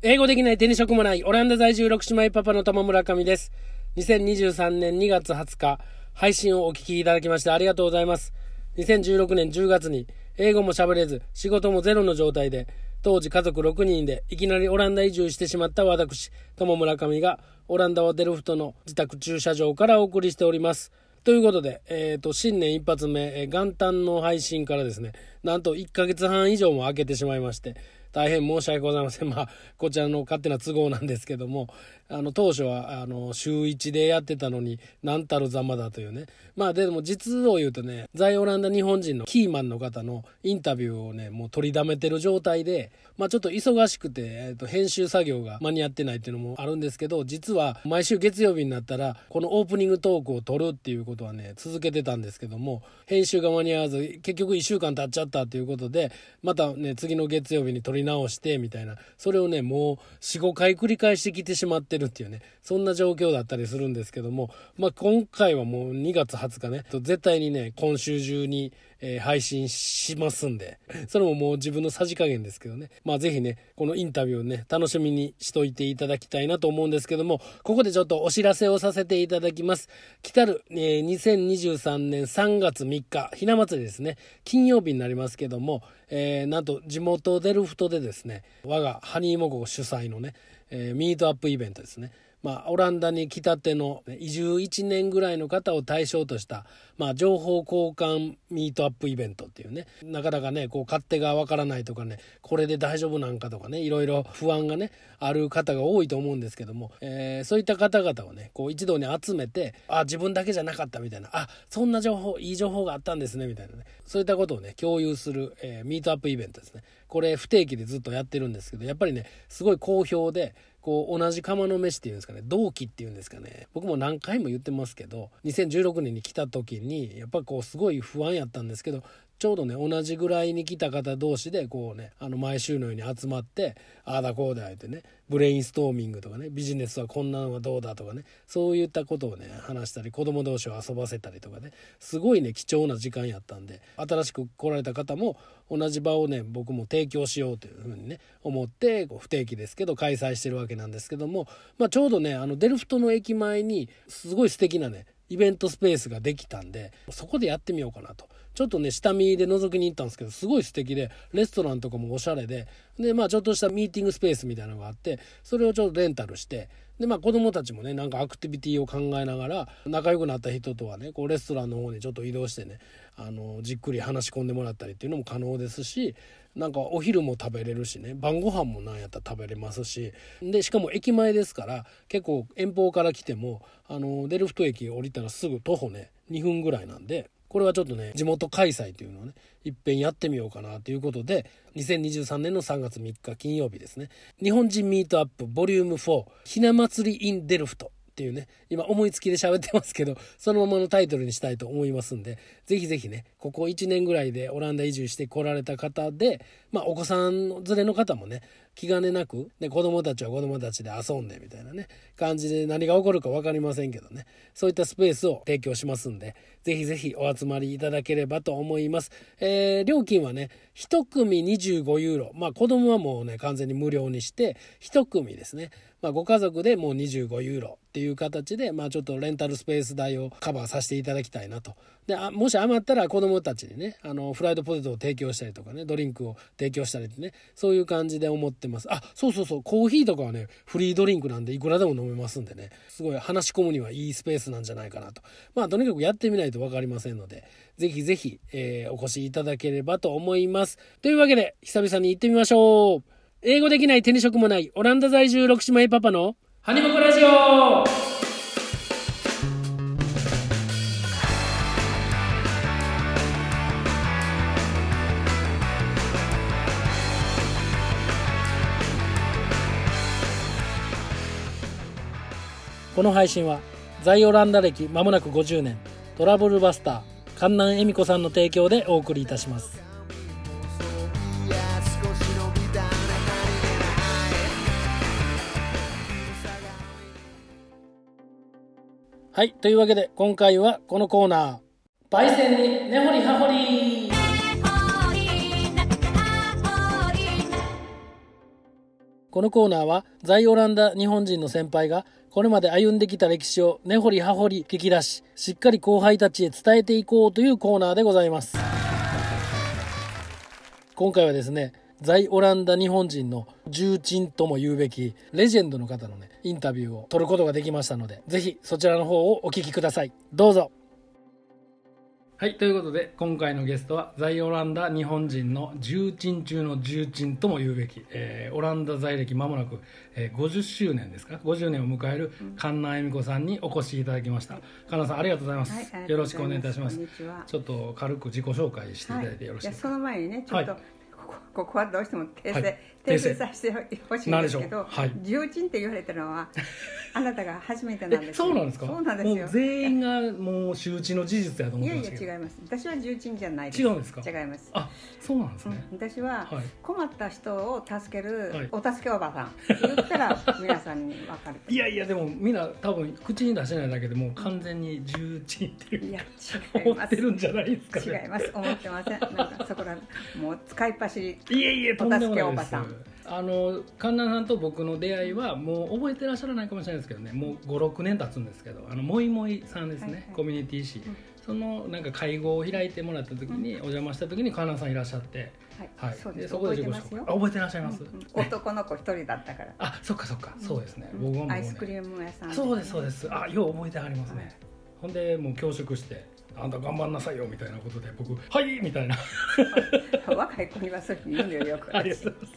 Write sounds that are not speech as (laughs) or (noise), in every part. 英語できない手に職もないオランダ在住六姉妹パパの玉村上です。2023年2月20日、配信をお聞きいただきましてありがとうございます。2016年10月に英語も喋れず仕事もゼロの状態で、当時家族6人でいきなりオランダ移住してしまった私、玉村上がオランダはデルフトの自宅駐車場からお送りしております。ということで、えー、と新年一発目、えー元旦の配信からですねなんと1ヶ月半以上も空けてしまいまして大変申し訳ございません、 (laughs) まあ、こちらの勝手な都合なんですけどもあの当初はあの週1でやってたのに何たるざまだというねまあでも実を言うとね在オランダ日本人のキーマンの方のインタビューをねもう取りだめてる状態で、まあ、ちょっと忙しくて、えー、と編集作業が間に合ってないっていうのもあるんですけど実は毎週月曜日になったらこのオープニングトークを撮るっていうことはね続けてたんですけども編集が間に合わず結局1週間経っちゃったということでまたね次の月曜日に撮り直してみたいなそれをねもう45回繰り返してきてしまってるっていうねそんな状況だったりするんですけども、まあ、今回はもう2月20日ねと絶対にね今週中に、えー配信しますんでそれももう自分のさじ加減ですけどねまあぜひねこのインタビューをね楽しみにしといていただきたいなと思うんですけどもここでちょっとお知らせをさせていただきます来たる、えー2023年3月3日ひな祭りですね金曜日になりますけども、えーなんと地元デルフトでですね我がハニーモコ主催のね、えーミートアップイベントですねまあ、オランダに来たての移住1年ぐらいの方を対象とした、まあ、情報交換ミートアップイベントっていうねなかなかねこう勝手がわからないとかねこれで大丈夫なんかとかねいろいろ不安がねある方が多いと思うんですけども、えーそういった方々をねこう一堂に集めてあ自分だけじゃなかったみたいなあそんな情報いい情報があったんですねみたいなねそういったことをね共有する、えーミートアップイベントですねこれ不定期でずっとやってるんですけどやっぱりねすごい好評でこう同じ釜の飯っていうんですかね同期っていうんですかね僕も何回も言ってますけど2016年に来た時にやっぱこうすごい不安やったんですけどちょうどね同じぐらいに来た方同士でこうねあの毎週のように集まってああだこうだ言ってねブレインストーミングとかねビジネスはこんなのはどうだとかねそういったことをね話したり子供同士を遊ばせたりとかねすごいね貴重な時間やったんで新しく来られた方も同じ場をね僕も提供しようというふうにね思ってこう不定期ですけど開催してるわけなんですけども、まあ、ちょうどねあのデルフトの駅前にすごい素敵なねイベントスペースができたんでそこでやってみようかなとちょっとね下見で覗きに行ったんですけどすごい素敵でレストランとかもおしゃれででまあちょっとしたミーティングスペースみたいなのがあってそれをちょっとレンタルしてでまあ子供たちもねなんかアクティビティを考えながら仲良くなった人とはねこうレストランの方にちょっと移動してねあのじっくり話し込んでもらったりっていうのも可能ですしなんかお昼も食べれるしね晩ご飯もなんやったら食べれますしでしかも駅前ですから結構遠方から来てもあのデルフト駅降りたらすぐ徒歩ね2分ぐらいなんで。これはちょっとね地元開催というのをねいっぺんやってみようかなということで2023年の3月3日金曜日ですね日本人ミートアップボリューム4ひな祭り in デルフトっていうね今思いつきで喋ってますけどそのままのタイトルにしたいと思いますんでぜひぜひねここ1年ぐらいでオランダ移住してこられた方で、まあ、お子さん連れの方もね気兼ねなくで子供たちは子供たちで遊んでみたいなね感じで何が起こるか分かりませんけどねそういったスペースを提供しますんでぜひぜひお集まりいただければと思います、えー料金はね1組25ユーロまあ子供はもうね完全に無料にして1組ですね、まあ、ご家族でもう25ユーロっていう形で、まあ、ちょっとレンタルスペース代をカバーさせていただきたいなとであもし余ったら子供たちにねあのフライドポテトを提供したりとかねドリンクを提供したりってねそういう感じで思ってますあそうそうそうコーヒーとかはねフリードリンクなんでいくらでも飲めますんでねすごい話し込むにはいいスペースなんじゃないかなとまあとにかくやってみないと分かりませんのでぜひぜひ、えーお越しいただければと思いますというわけで久々に行ってみましょう英語できない手に職もないオランダ在住六姉妹パパのハニモコラジオこの配信は在オランダ歴まもなく50年トラブルバスター観南恵美子さんの提供でお送りいたしますいや少し伸びたねはいというわけで今回はこのコーナー焙煎に根掘り葉掘り「オリーナオリーナ」このコーナーは在オランダ日本人の先輩がこれまで歩んできた歴史を根掘り葉掘り聞き出ししっかり後輩たちへ伝えていこうというコーナーでございます今回はですね在オランダ日本人の重鎮とも言うべきレジェンドの方のねインタビューを取ることができましたのでぜひそちらの方をお聞きくださいどうぞはいということで今回のゲストは在オランダ日本人の重鎮中の重鎮とも言うべき、えーオランダ在歴まもなく、えー50周年ですか50年を迎える神奈恵美子さんにお越しいただきました神奈さんありがとうございます、はいありがとうございよろしくますお願いいたしますこんにちはちょっと軽く自己紹介していただいてよろしいじゃあですか、その前にねちょっと、はいここここはどうしても訂は正、い訂正訂正させてほしいんなんででしょすうけど、はい重鎮って言われたのはあなたが初めてなんえですよそうなんですかそうなんですもよう全員がもう周知の事実やと思いってやまいしたけどや違います私は重鎮じゃないです違うんですか違いますあそうなんですうんね、私ははい困った人を助ける、はいお助けおばさんって言っ (laughs) たら皆さんに分かるいやいやでもみんな多分口に出してないだけでもう完全に重鎮っていういや違い思まっすてるんじゃないですか違いねます思ってませんなんかそこらもう使いっ走りいえいえとんでもないおで助すけおばあの神奈さんと僕の出会いはもう覚えてらっしゃらないかもしれないですけどねもう56年経つんですけどあのもいもいさんですね、はいはいコミュニティ誌、んそのなんか会合を開いてもらった時に、お邪魔した時に神奈さんいらっしゃって、は、はいい、そうですそこで覚え自て己ます紹介よあ覚えてらっしゃいます、うん男の子一人だったからあそっかそっか、そうですね、僕はもう、ね、アイスクリーム屋さんそうですそうですすあよう覚えてありますね、はいほんでもう教職してあんた頑張んなさいよみたいなことで僕「はい!」みたい (laughs) な若い子にはそういうの言うんだよよくありがとうございま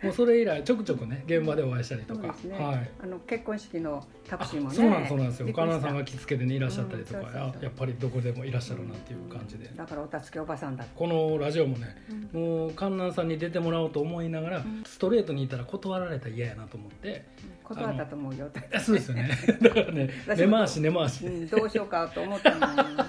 すもうそれ以来ちょくちょくね現場でお会いしたりとそうかですね、はいあの結婚式のタあクシーもねそうなんですそうなんですよびっく岡りし田たさんが着付けでねいらっしゃったりとか、うんそうそうそうあやっぱりどこでもいらっしゃるなっていう感じで、だからお助けおばさんだってこのラジオもね、うもう観南さんに出てもらおうと思いながら、んストレートにいたら断られたら嫌やなと思 (laughs) って、断ったと思うよってあそうですよ (laughs) ねだからね私根も回し根回しうんどうしようかと思ったのに今度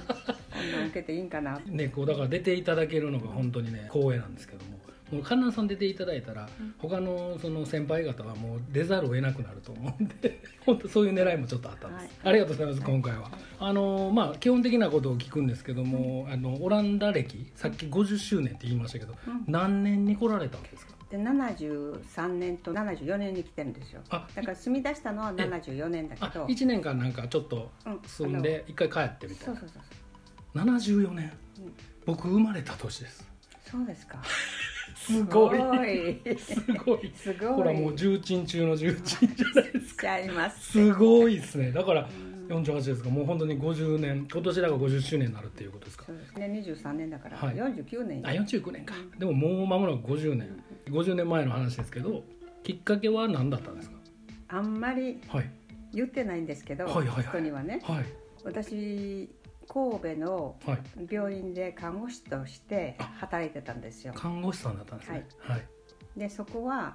受けていいんかなね、こうだから出ていただけるのが本当にね光栄なんですけども。もう観覧さん出ていただいたら、他のその先輩方はもう出ざるを得なくなると思うんで (laughs) 本当そういう狙いもちょっとあったんです、はいありがとうございます、今回は、あのまあ基本的なことを聞くんですけども、あのオランダ歴さっき50周年って言いましたけど、うん何年に来られたんですかで73年と74年に来てるんですよあだから住み出したのは74年だけあど1年間なんかちょっとうん住んで一回帰ってみたそいうなそうそう74年そううん僕生まれた年ですそうですかすごいすごすいごいす (laughs) ごいほらもう重鎮中の重鎮じゃないですかしちゃいますすごいですねだから48ですかもう本当に50年今年だから50周年になるっていうことですかそうですね23年だからはい49年あ49年かでももう間もなく50年50年前の話ですけどきっかけは何だったんですかあんまりはい言ってないんですけど、はいはいはい人にはねはい私神戸のはい病院で看護師として働いてたんですよ看護師さんだったんですねはいでそこは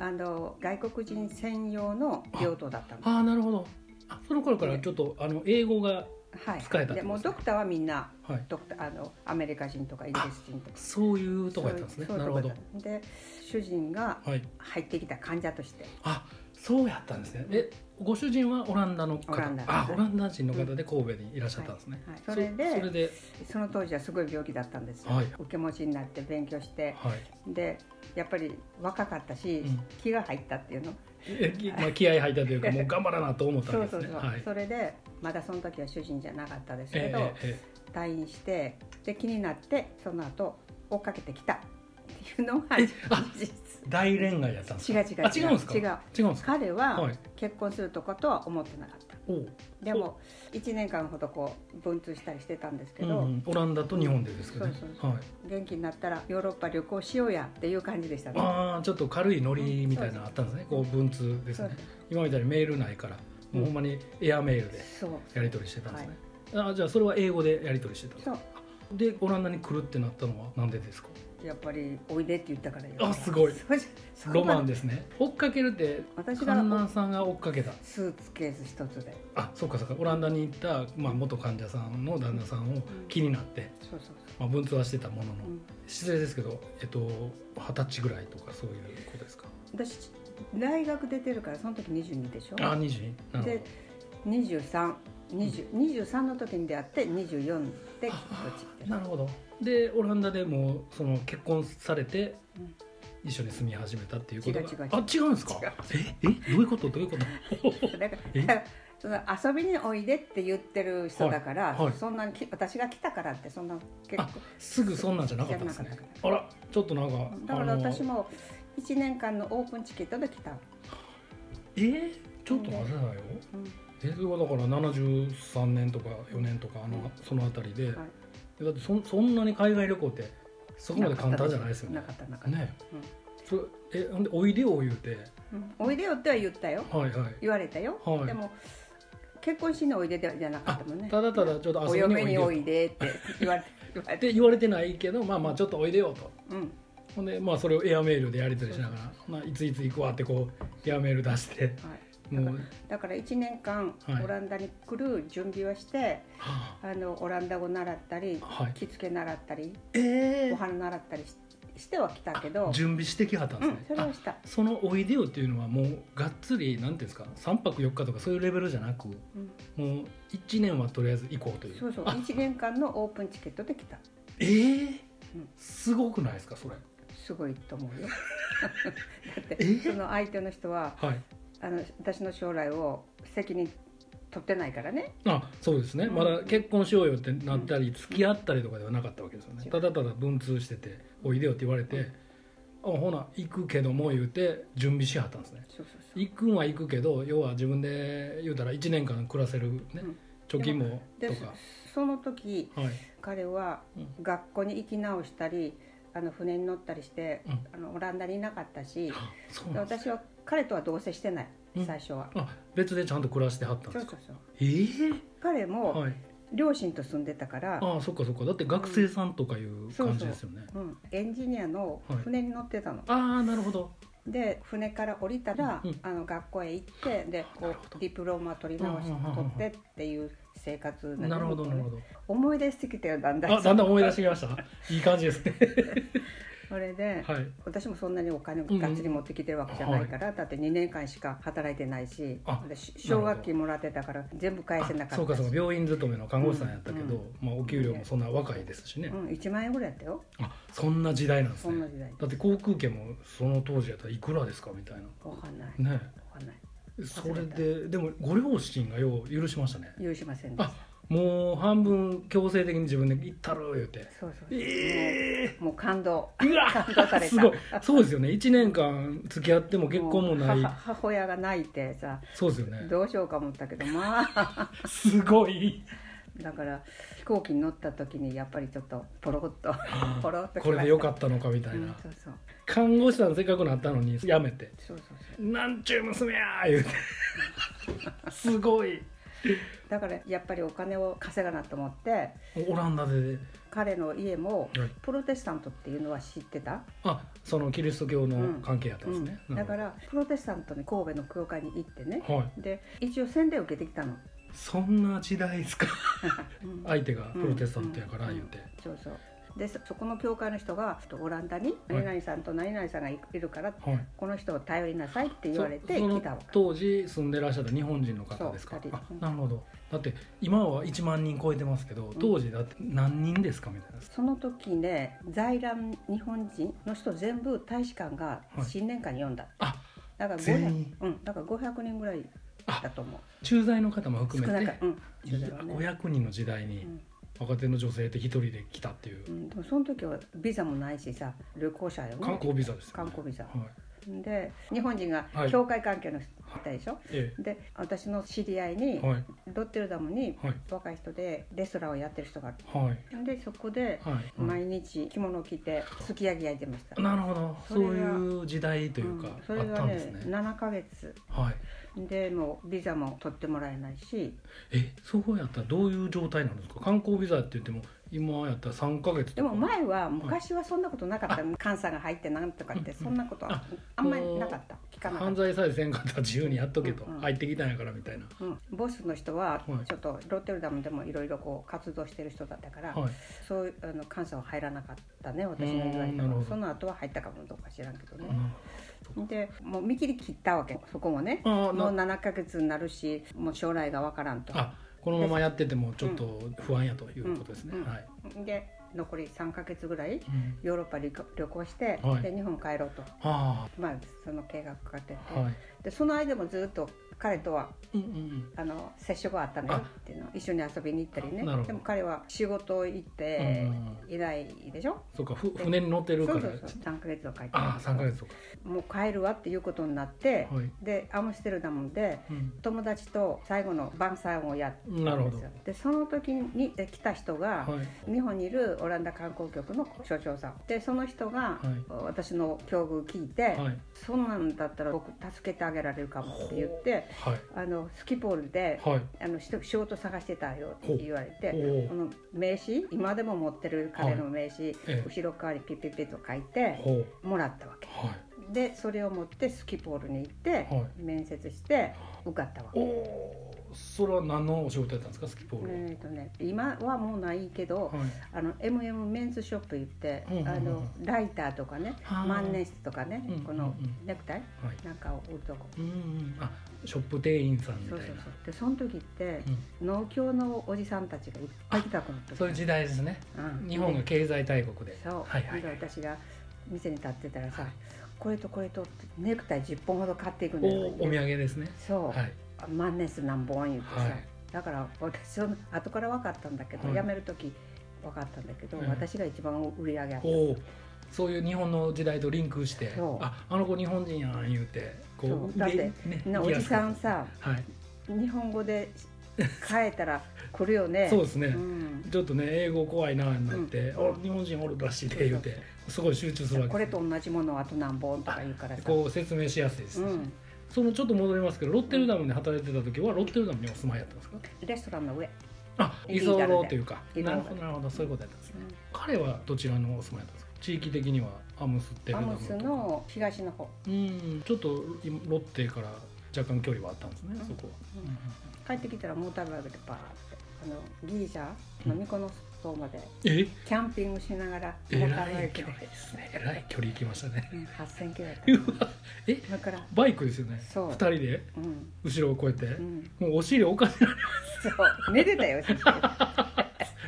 あの外国人専用の病棟だったんですああなるほどあその頃からちょっとあの英語がはい使えたってことですねでもうドクターはみんなはいドクターあのアメリカ人とかイギリス人とかそういうとこやったんですねそうなそういるうとほこどやったで主人がはい入ってきた患者としてあそうやったんですねえご主人はオランダの方オランダあオランダ人の方で神戸にいらっしゃったんですねはいはいそれそでれでその当時はすごい病気だったんですよ、はい受け持ちになって勉強してはいでやっぱり若かったし、うん気が入ったっていうのえきまあ、気合入ったというかもう頑張らなと思ったんそうですそうね。 (laughs) そう、はいそれでまだその時は主人じゃなかったですけえど、ええ退院してで気になってその後追っかけてきたっていうのがえ事あ実え大恋愛やったんですか。違う違うあ違うんですか。違う違うんですか。彼ははい結婚するとことは思ってなかったおうでも1年間ほどこう文通したりしてたんですけうんど、うん、オランダと日本でですけどねそうそう。そはい。元気になったらヨーロッパ旅行しようやっていう感じでしたねああちょっと軽いノリみたいなのあったんですね。こう文通ですねそう。今みたいにメールないから、もうほんまにエアメールでそうやり取りしてたんですね。あじゃあそれは英語でやり取りしてたんですそか。うでオランダに来るってなったのはなんでですか。やっぱり「おいで」って言ったからよあすごいそうじゃそこロまマンですね。追っかけるって私がカンナンさんが追っかけた。スーツケース一つであそうかそうかオランダに行った、まあ、元患者さんの旦那さんを気になって、そうそうそまあ、文通はしてたものの、う、うん失礼ですけどえっと二十歳ぐらいとかそういうことですか私大学出てるからその時22でしょあ二22なるで2320 23の時に出会って24でこっほどち来てるなるほどでオランダでもうその結婚されて、うん一緒に住み始めたっていうことが違う違うあ違うんですか違うええどういうことどういうことだかえらその遊びにおいでって言ってる人だから、はいはいそんなにき私が来たからってそんな結あ構すぐそんなんじゃなかったんですじゃねなかっあらちょっとなんかだからあの私も1年間のオープンチケットで来た、えーちょっと待てないようん全然はだから73年とか4年とかあのその辺りで、はいだってそそんなに海外旅行ってそこまで簡単じゃないですよねなかったなかった、ねうんそれえほんでおいでを言うてうんおいでよっては言ったよはいはい言われたよ、はいでも結婚しにおいでではじゃなかあったもんねただただちょっとお遊び嫁ににおおいいででって言われて (laughs) 言われってて言われてないけどまあまあちょっとおいでよとうんほんでまあそれをエアメールでやり取りしながら「まあ、いついつ行くわ」ってこうエアメール出してはいもうだから1年間はいオランダに来る準備をして、はあのオランダ語習ったり、あはい着付け習ったりえお花習ったりししては来たけど、準備してきはったんでうすんね、、それあはした、そのおいでよっていうのはもうがっつりなんていうんですか3泊4日とかそういうレベルじゃなくもうん、う1年はとりあえず行こうというそうそうあ1年間のオープンチケットで来たえーうんすごくないですかそれすごいと思う (laughs) よだっえてその相手の人ははいあの私の将来を責任取ってないからねあそうですね、うんまだ結婚しようよってなったり、付き合ったりとかではなかったわけですよね、違うただただ文通してて「おいでよ」って言われて「あほな行くけども」言うて準備しはったんですねそうそうそう行くんは行くけど要は自分で言うたら1年間暮らせるね、うん貯金もとでかその時はい彼はうん学校に行き直したりあの船に乗ったりして、うんあのオランダにいなかったしあそうなんです私は彼とは同棲してない、うん最初はあ別でちゃんと暮らしてはったんでそうすそかうそうええ彼もはい両親と住んでたから、ああそっかそっかだって学生さんとかいう感じですよね、うん、エンジニアの船に乗ってたの、ああなるほどで船から降りたら、うんうんあの学校へ行ってでこなるほうどディプローマ取り直しうんうんうんうん取ってっていう生活なのなるほどなるほど思い出してきたよだんだんあだんだん思い出してきました (laughs) いい感じですねそれで、はい私もそんなにお金をがっつり持ってきてるわけじゃないから、だって2年間しか働いてないしあでし奨学金もらってたから全部返せなかったそうかそうしか病院勤めの看護師さんやったけど、うんまあ、お給料もそんな若いですしね、うん、1万円ぐらいやったよあそんな時代なんですそんなね時代だって航空券もその当時やったらいくらですかみたいわかんないなねわかんないそれででもご両親がよう許しましたね許しませんでしあたもう半分強制的に自分で行ったろ言うてそうそうそう、えもうもう感動えうわ感動されたすごいそうですよね1年間付き合っても結婚もない母母親が泣いてさそうですよねどうしようか思ったけどまあ (laughs) すごいだから飛行機に乗った時にやっぱりちょっとポロッと (laughs) ポロッとこれでよかっったのかみたいうんな、そうそう看護師さんせっかくなったのにやめてそうそうそう「なんちゅう娘や!」言うてすごいだからやっぱりお金を稼がなと思ってオランダで彼の家もはいプロテスタントっていうのは知ってた、あそのキリスト教の関係やったんですね、うんだかなるらプロテスタントに神戸の教会に行ってねほどはいで一応洗礼を受けてきたの、そんな時代ですかうん相手がプロテスタントやからうん言うて、そうそうでそそこの教会の人がちょっとオランダにはい何々さんと何々さんがいいるからはいこの人を頼りなさいって言われてそそ来のたわけ当時住んでらっしゃった日本人の方ですかそう二あ人うんなるほどだって今は1万人超えてますけど当時だって何人ですかみたいなその時ね在覧日本人の人全部大使館がはい新年会に読んだ、あだから全500員うんだから500人ぐらいだと思う駐在の方も少含なめかてうんいや500人の時代うにん若手の女性って一人で来たっていううん、でもその時はビザもないしさ旅行者よね観光ビザですよ、ね、観光ビザはいで日本人がはい教会関係の人いたでしょ、えで私の知り合いに、えはいロッテルダムにはい若い人でレストランをやってる人がはいでそこではい、毎日着物を着てすき焼き焼いてました、なるほどそそうれがいう時代というか、うんそれあったがんねですね7ヶ月はいでもうビザも取ってもらえないしえそうやったらどういう状態なんですか観光ビザって言っても今やったら3か月とかでも前は昔はそんなことなかった、監査が入ってなんとかってそんなことはあんまりなかった聞かなかっ犯た、罪さえせんかったら自由にやっとけと、うんうん入ってきたんやからみたいな、うん、ボスの人ははいちょっとロッテルダムでもいろいろこう活動してる人だったから、はい、そういうあの監査は入らなかったね私の言われうんたなるほのどその後は入ったかもどうか知らんけどね、うでもう見切り切ったわけそこもねあーもうな7ヶ月になるしもう将来がわからんとあこのままやっててもちょっと不安やということですね、うんうんはいで残り3ヶ月ぐらういんヨーロッパ旅行旅行して、はいで日本帰ろうと、はまあ、その計画が立てて、あはいでその間もずっと彼とはうんうんあの接触があったのよあっていうの一緒に遊びに行ったりねなるほどでも彼は仕事行っていないでしょ、そうかふ船に乗ってるそかうらそうそう3ヶ月を帰ってああ3ヶ月とかもう帰るわっていうことになって、はいでアムステルダムでうん友達と最後の晩餐をやったんですよなるほどでその時に来た人が、はい日本にいるオランダ観光局の所長さんでその人が、はい私の境遇聞いて、はいそんなんだったら僕助けてあげられるかもって言ってはいあのスキポールではいあのし仕事探してたよって言われてほうこの名刺今でも持ってる彼の名刺、ええ後ろ側にピッピッピッと書いてほうもらったわけはいでそれを持ってスキポールに行って、は面接して受かったわけお。おそれは何のお仕事やったんですかスキポールは、えーとね、今はもうないけど、はいあの MM メンズショップ行って、うんうんうんあのライターとかねはあ万年筆とかね、うんうんうんこのネクタイはいなんかを売るとこうんうんあショップ店員さんみたそいうなそそうそううでその時って、農協のおじさんたちがいっぱい来たくなったん、そういう時代ですねうん日本が経済大国でそう、はいはいで私が店に立ってたらさ、はいこれとこれとってネクタイ10本ほど買っていくんおだおよお土産ですねそう、はい万年筆何本言ってさ、はいだから私は後から分かったんだけど、はい辞める時分かったんだけど、うん私が一番売り上げあったおおそういう日本の時代とリンクしてそうああの子日本人やん言うてこそううだってねなおじさんさはい、日本語で変えたら来るよね (laughs) そうですね、うんちょっとね英語怖いなになって、うあん日本人おるらしいで言うてすごい集中するわけこれですと同じものをあと何本とか言うからさこう説明しやすいです、ねうん、そのちょっと戻りますけどロッテルダムで働いてた時はロッテルダムにお住まいやったんですかレストランの上、あイリ居ーガルで候というかイリーなガルるでほどなるほどそういうことやったんですね彼はどちらのお住まいだったんですか地域的にはアムステルアダムムとかスの東の方うんちょっとロッテから若干距離はあったんですね、うんそこは、うんうんうん帰ってきたらモーターバイクでバーってあのギリシャのミコノス島までえキャンピングしながらモえーターらバイいク距で離ですねえらい距離行きましたね (laughs) うん8000キロやったうわえだからバイクですよねそう2人でうん後ろを越えて、うんもうお尻おかしいそう寝てたよ先生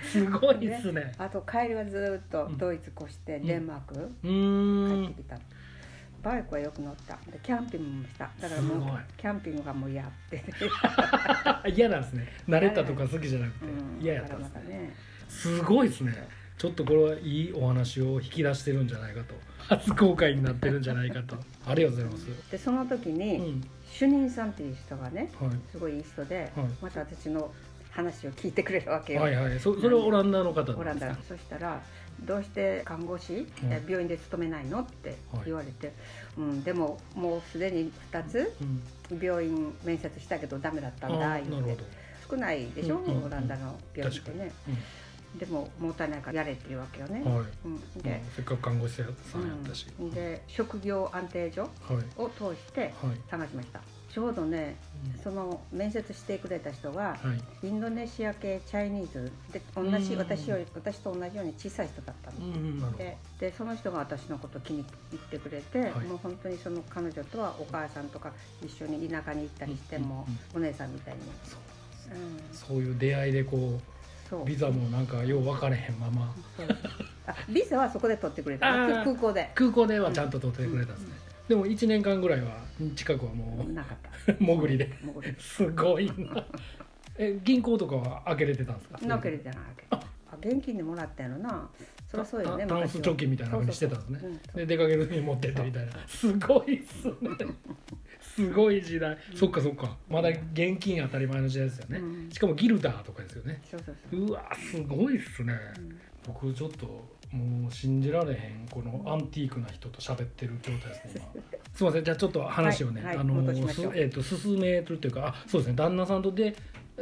すごいですねあと帰りはずーっとうんドイツ越してデンマーク、うー帰っんてきたの、バイクはよく乗ったでキャンピングもしただからすもごういキャンピングがもう嫌って、あ嫌なんですね慣れたとか好きじゃなくてうん、嫌やったんでなすかなかねねすごいですねちょっとこれはいいお話を引き出してるんじゃないかと初公開になってるんじゃないかとありがとうございますでその時うに、ん主任さんっていう人がねはすごいいい人で、はいまた私の話を聞いてくれるわけいよ、はいはいそそれはオランダの方なんですかオランダそしたら「どうして看護師、え病院で勤めないの?」って言われて、うん、でももうすでに2つうん病院面接したけどダメだったんあだあなる言っほてど少ないでしょ、うんうんうんオランダの病院ってねでももったいないからやれっていうわけよね、うんはいうん、まあで,、せっかく看護師さんやったしうん、で職業安定所はいを通してはい探しましたちょうどねその面接してくれた人がうんはいインドネシア系チャイニーズで同じうん私より私と同じように小さい人だったの、うんうんなるほどででその人が私のこと気に入ってくれて、はいもう本当にその彼女とはお母さんとか一緒に田舎に行ったりしても、お姉さんみたいに、そううん、そういう出会いでこそううビザもなんかよう分かれへんままそうあビザはそこで取ってくれたあー空空港で空港ではちゃんと取ってくれたんですね、でも1年間ぐらいは近くはもなかったう潜りでもうこれすごいなえ銀行とかは開けれてたんですかなけれじゃないわけあ現金でもらったやろなそりゃそうよねタタン昔スは貯金みたいなのにしてたんですねそうそうそうで出かける時に持ってってみたいなすごいっすねすごい時代、そっかそっかまだ現金当たり前の時代ですよね、うんしかもギルダーとかですよねそうそうそううわすごいっすね、ん僕ちょっともう信じられへんこのアンティークな人と喋ってる状態です (laughs) ね今すいませんじゃあちょっと話をね、はいはあいの戻しましょうすえー、と進めるというかあそうですね旦那さんとで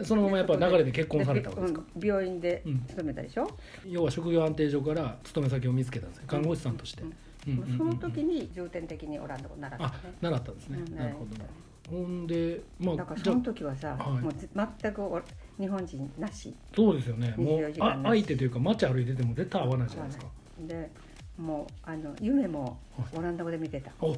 そのままやっぱ流れで結婚されたわけですか、うん病院でうん勤めたでしょ、要は職業安定所から勤め先を見つけたんですね看護師さんとして、うんうんうんうんその時に重点的にオランダを習ったあね習ったんですね、うんなるほどほんでまだあからじそゃあの時はさ、はいもうぜ全くお日本人なしそうですよねもう24時間あね相手というか街歩いてても絶対合わないじゃないですかでもうあの夢もオランダ語で見てた、お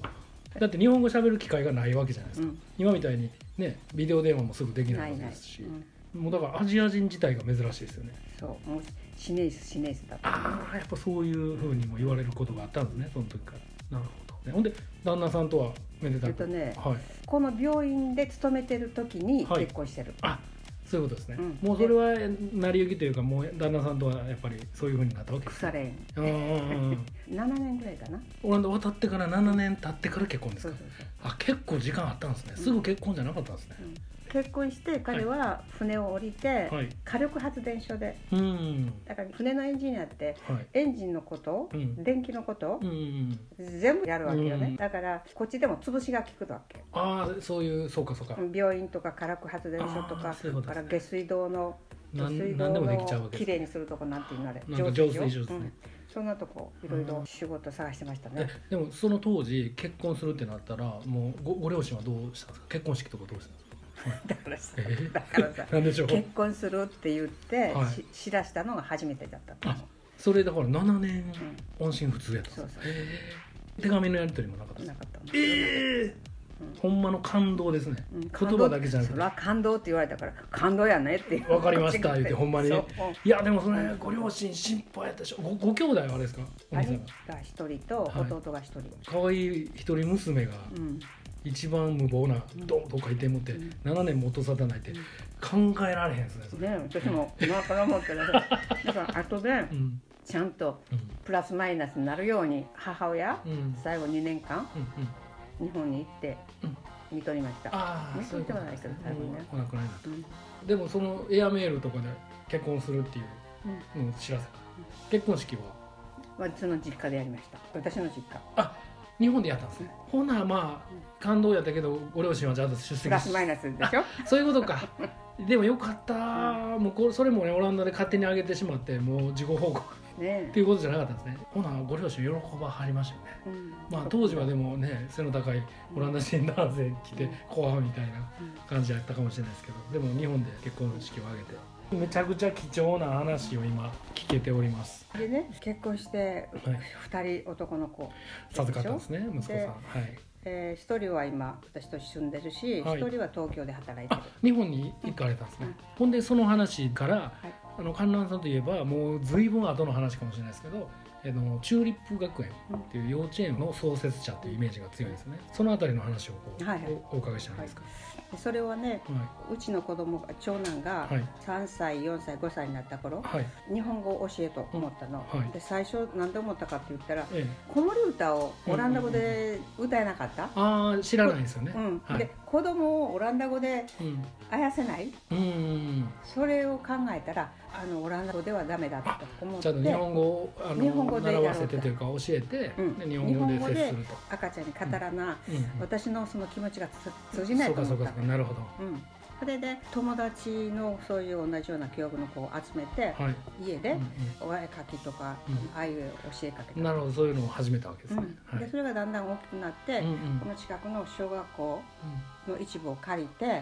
だって日本語喋る機会がないわけじゃないですかうん、今みたいにねビデオ電話もすぐできなないいわけないですしうんもうだからアジア人自体が珍しいですよねそうもうシネイスシネイスだったああやっぱそういうふうにも言われることがあったんですねその時からなるほどほんで旦那さんとはめでたくえっとねはい、この病院で勤めてる時にはい結婚してる、あそういうことですね、うんもうそれは成り行きというかもう旦那さんとはやっぱりそういうふうになったわけ (laughs) です腐れんうんうんうん7年ぐらいかなオランダ渡ってから7年経ってから結婚ですそうかそうそうあ結構時間あったんですねすぐ結婚じゃなかったんですね、結婚して彼は船を降りてはい火力発電所でうんだから船のエンジニアってはいエンジンのこと、うん電気のことう、ん全部やるわけよね、うんだからこっちでも潰しが効くわけああそういうそうかそうか、病院とか火力発電所とあーかそういうことかですらね下水道のな下ん水なんで道もできちゃうわのけきですれいにするとこなんていうのあれなんかよ浄水場ですねうん、そんなとこいろいろ仕事探してましたえね、でもその当時結婚するってなったらもうごご両親はどうしたんですか結婚式とかどうしたんですか (laughs) だからさえーだか (laughs) ら (laughs) さなんでしょう結婚するって言って、はいししだしたのが初めてだったと思それだから7年うん音信不通やったんですそうそうえー手紙のやり取りもなかったでうすなかったのええほんまの感動ですね、うん言葉だけじゃなくそてれは感動って言われたから感動やねってわかりました言ってほんまにそうねいやでもそれご両親心配やったでしょごご兄弟はあれですかお兄兄さ貴んが一人とはい弟が一人、可愛い一人娘がうん一番無謀なドンとかいてもってうん7年も落とさたないって考えられへんですねそれね私も今から思ってるだから後でうんちゃんとうんプラスマイナスになるように母親、うんうん最後2年間うん日本に行ってうん見とりました、ああねそういうことですねそういうことはもう来なないけど多分ねくないなうんでもそのエアメールとかで結婚するっていううんのを知らせた結婚式は私の実家でやりました私の実家あ日本でやったんですねほなまあ感動やったけどご両親はじゃあ出席プしラスマイナスで (laughs) しょそういうこと (laughs) かでもよかった、もうこれそれもねオランダで勝手に上げてしまってもう事後報告ねっていうことじゃなかったんですねほなご両親喜ばはりましたよねうんまあ当時はでもね背の高いオランダ人男性来て後半みたいな感じやったかもしれないですけどでも日本で結婚式を挙げてめちゃくちゃ貴重な話を今聞けておりますでね結婚してはい2人男の子授かったんですね息子さんではいえー、1人は今私と住んでるし、はい1人は東京で働いてるあ日本に行かれたんですね、うんほんでその話から、いあの観覧さんといえばもう随分後の話かもしれないですけど、えのチューリップ学園っていう幼稚園の創設者っていうイメージが強いですねそのあたりの話をこう、はいはいおお伺いしたんですか、でそれはねはうちの子供が長男がはい3歳4歳5歳になった頃いはい日本語を教えと思ったの、うんはいで最初何で思ったかって言ったらええ子守歌をオランダ語で歌えなかった、ああ知らないですよね、うんはいで子供をオランダ語でうんあやせないうんそれを考えたらあのオランダ語ではダメだと思っちゃてんと日本語をあの日本語で習わせてというか教えて、うんで日本語で接すると、赤ちゃんに語らな、うんうん私のその気持ちがつ通じなそいうとかそ思うっかたそうかなるほどうん、それで友達のそういう同じような教育の子を集めて、はい、家うでんお絵描きとか、うんああいう教えかけうたんなるほどそういうのを始めたわけですね、うん、はでいそれがだんだん大きくなって、うんうんこの近くの小学校うんの一部を借りて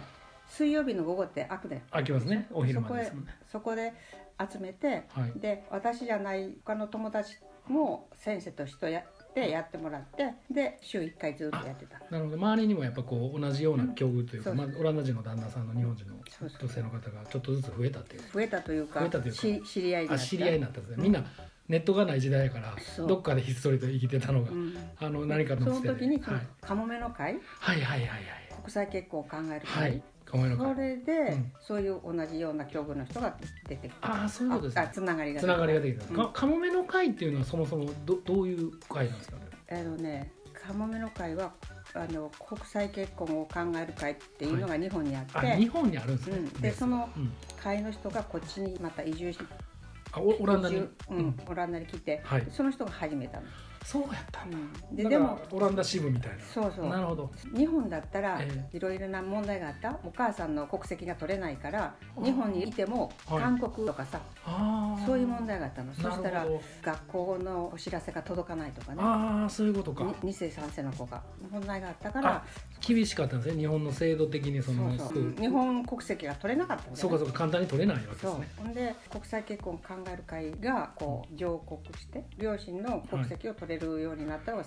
水曜日の午後って開くね開きますねお昼までですもんねそこへそこで集めて、はいで私じゃない他の友達も先生としてやってやってもらってで週1回ずっとやってたなので周りにもやっぱこう同じような境遇というか、うんまあ、オランダ人の旦那さんの日本人のそうそう女性の方がちょっとずつ増えたっていう増えたというか増えたというかし知り合いになあった知り合いになったんですねみんなネットがない時代やからそうどっかでひっそりと生きてたのが、うんあの何かそののつて時で、に、はい、カモメの会はいはいはい国際結婚を考えるはいは会、い考えのそかれで、んそういう同じような境遇の人が出てくるああそういうことですあねつながりがつながりがでできた、かカモメの会っていうのはそもそもどどういう会なんですかねあのねカモメの会はあの国際結婚を考える会っていうのが日本にあって、あ日本にあるんですね、うんでそのうん会の人がこっちにまた移住しあおオランダに、移住うんオランダに来て、はいその人が始めたの、そうやったんだうんでだでからもオランダ支部みたいなそうそうなるほど日本だったらええいろいろな問題があったお母さんの国籍が取れないからあ日本にいてもはい韓国とかさ、ああそういう問題があったのそなるほどしたら学校のお知らせが届かないとかねああそういうことか2世3世の子が問題があったから厳しかったんですね日本の制度的にそそのうすそう、ぐ日本国籍が取れなかったんだよねそうかそうか簡単に取れないわけでそうすねほんで国際結婚を考える会がこう上告して両親の国籍を取れるようになったのが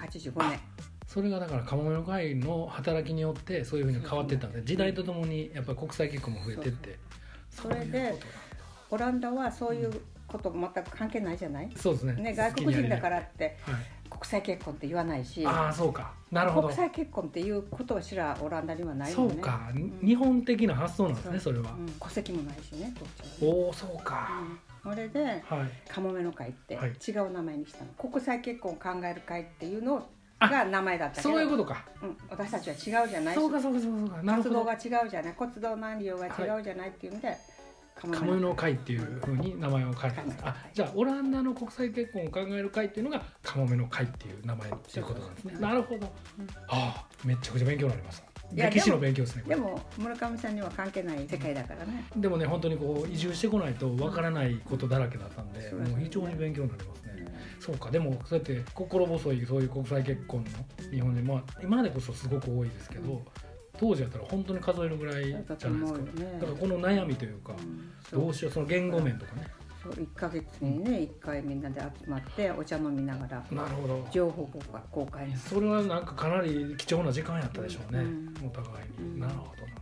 1985年、それがだからカモメの会の働きによってそういうふうに変わっていったんで時代とともにやっぱり国際結婚も増えてってそれでオランダはそういうこと全く関係ないじゃない、そうですね、ね、外国人だかららってはい、国際結婚って言わないしああそうかなるほど国際結婚っていうことすらオランダにはないそようねか、ん日本的な発想なんですねそれはう、ん戸籍もないしねこっちはねおおそうか、うんそれではいカモメの会ってはい違う名前にしたの、国際結婚を考える会っていうのあが名前だったけどそういうことかうん、私たちは違うじゃないしそうかそうかそうかそうかなるほ活動どが違うじゃない活動内容が違うじゃないっていうので、カカモメの会っていうふうに名前を変えたんですはいあじゃあオランダの国際結婚を考える会っていうのがカモメの会っていう名前っていうことなんですねそうそうなるほど、うんああめっちゃくちゃ勉強になりましたいや歴史の勉強ですねこれでも村上さんには関係ない世界だからね、でもね本当にこう移住してこないとわからないことだらけだったんで、そうですねもう非常に勉強になりますね、そうかでもそうやって心細いそういう国際結婚の日本人まあ今までこそすごく多いですけど、うん当時やったら本当に数えるぐらいじゃだないっでたすかと思うよだねからこの悩みというか、うんどうしようその言語面とかね、そう1か月にね1回みんなで集まってお茶飲みながらなるほど情報が公開にそれはなんかかなり貴重な時間やったでしょうね、うんお互いに、うんなるほどな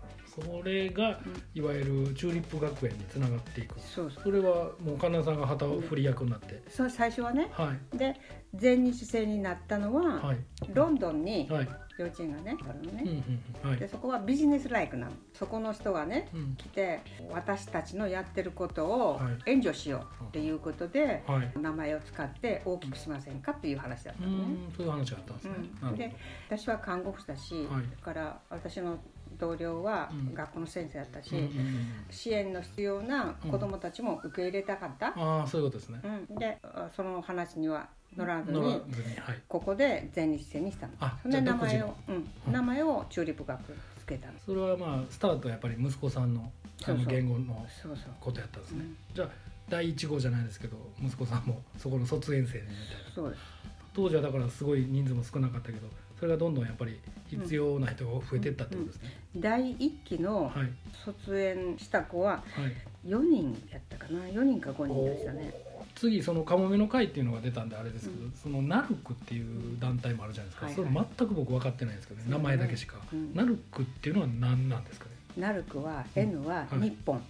それがいわゆるチューリップ学園につながっていくそうそうそれはもう神田さんが旗を振り役になって、それ最初はねはいで全日制になったのは、はいロンドンにはい、幼稚園がねあるのうんうね、んうん、はでい、そこはビジネスライクなのそこの人がねうん、来て私たちのやってることをはい援助しようっていうことで、はい、名前を使って大きくしませんかっていう話だったうのね。ん、そういう話があったんですね。うん、なるで私は看護婦だし、はいだから私の同僚はうん学校の先生だったし、ほどうんうんうん支援の必要な子どもたちも受け入れたかった、ああ、そういうことですねう。んであその話には乗らず乗らにずに、はい。ここで全日制にしたのあそんでじゃあ名独自前のを、うんうん名前をチューリップ学園につけたのそれはまあ、スタートはやっぱり息子さんの、あそのうそう言語のそうそうことやったんですねうん。じゃあ、第一号じゃないですけど、息子さんも、そこの卒園生でみたいな。そうです当時はだから、すごい人数も少なかったけど、それがどんどんやっぱり必要な人が増えてったってことですね。第一期のはい、卒園した子ははい。 4人やったかな4人か5人でしたね次そのカモメの会っていうのが出たんであれですけど、そのナルクっていう団体もあるじゃないですか、はいそれ全く僕分かってないんですけど、ねそうね名前だけしか、うんナルクっていうのは何なんですかねナルクは N はうんはい日本、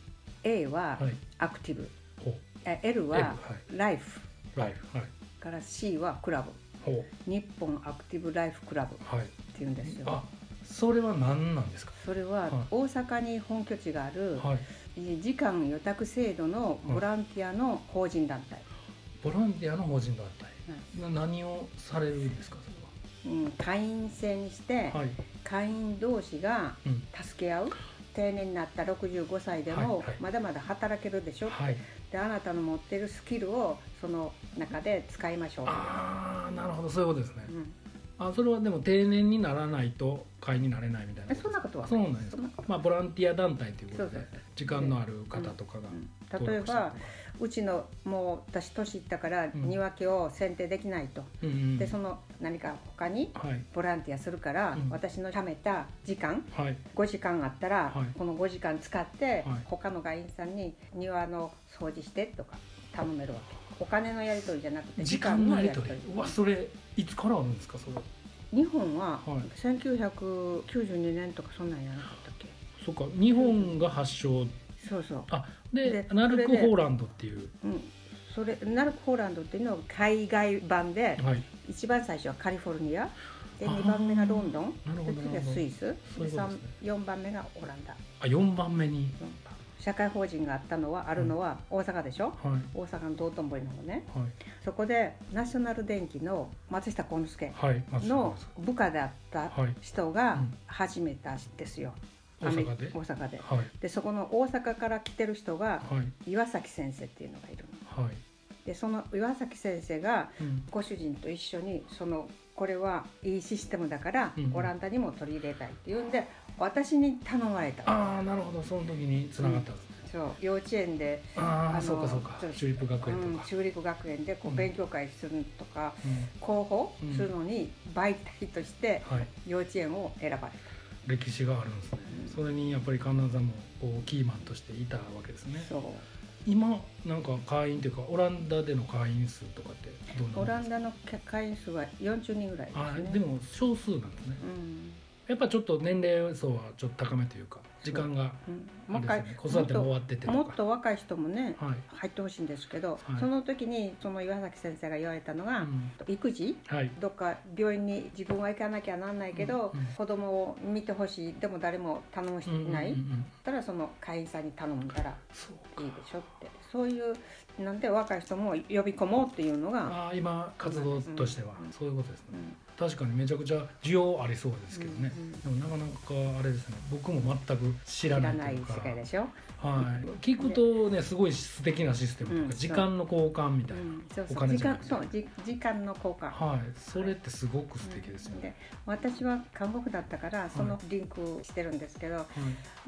A ははいアクティブ、ほうえ L はいはライフライフはいから C はクラブほ日本アクティブライフクラブっうはいていうんですよあそれは何なんですかそれははい大阪に本拠地があるはい時間予託制度のボランティアの法人団体、ボランティアの法人団体、な何をされるんですかうん、会員制にしそてれははい会員同士がうん助け合う定年になった65歳でもはいはいまだまだ働けるでしょ、はいであなたの持ってるスキルをその中で使いましょう、ああなるほどそういうことですね、うん、あそれはでも定年にならないと会員になれないみたいなえそんなことはそうなんですそんなまあ、ボランティア団体ということでそうそう時間のある方とかが、うん例えば登録したりとかうちのもう私年いったからん庭木を剪定できないと、うんうん、でその何か他にはいボランティアするから、うん私の貯めた時間はい5時間あったら、はいこの5時間使って、はい他の会員さんに庭の掃除してとか頼めるわけお金のやり取りじゃなくて時間のやり時取間りのうわそれいつからあるんですかそれ日本ははい1992年とかそんなんやらなかったっけそっか日本が発祥そうそう、あででナルそク・れでホーランドっていう、うん、それナルクホーランドっていうのは海外版ではい、一番最初はカリフォルニアであー2番目がロンドンなるほでど次なはるほスどイスそういうことですね4番目がオランダあ4番目に四番社会法人があったのはあるのは大阪でしょ、はい大阪の道頓堀の方ねはそこでナショナル電機の松下幸之助いはいまずの部下だったはい人うがん始めたんですよ、大アメ阪で大阪ではいでそこの大阪から来てる人がはい岩崎先生っていうのがいるのはい、でその岩崎先生がうん、ご主人と一緒にそのこれはいいシステムだから、うんオランダにも取り入れたいっていうんで私に頼まれたああなるほどその時につながったんですね、そう幼稚園で、あああのそうかそうかちょっとチューリップう学園とんか、、中陸学園でこううん勉強会するとか、うん広報するのに媒体としてはい幼稚園を選ばれ歴史があるんですねそれにやっぱり神田さんもこうキーマンとしていたわけですねた、そう今なんか会員というかオランダでの会員数とかってどんなオもんラでンすダの会員数は40人ぐらいですかあねでも少数なんですねうん、えやっぱちょっと年齢層はちょっと高めというか時間がうんあれ若いですね子育ても終わっててとかもっと若い人もねはい、入ってほしいんですけど、はいその時にその岩崎先生が言われたのが、うん育児はいどっか病院に自分は行かなきゃなんないけど、うんうん子供を見てほしいでも誰も頼む人いなうい、んうんうんうんだったらその会員さんに頼んだらそういいでしょってそういうなんで若い人も呼び込もうっていうのが、ああ今活動としてはうんそういうことですうねん確かにめちゃくちゃ需要ありそうですけどねうんでもなかなかあれですね僕も全く知ら知ならいなといいうか世界でしょ、はい聞くとねすごい素敵なシステムといううんか時間の交換みたう、いなんそうおそう金時じゃな間いそうじ時間の交換はいそれってすごく素敵ですよねで私は韓国だったからそのリンクしてるんですけど、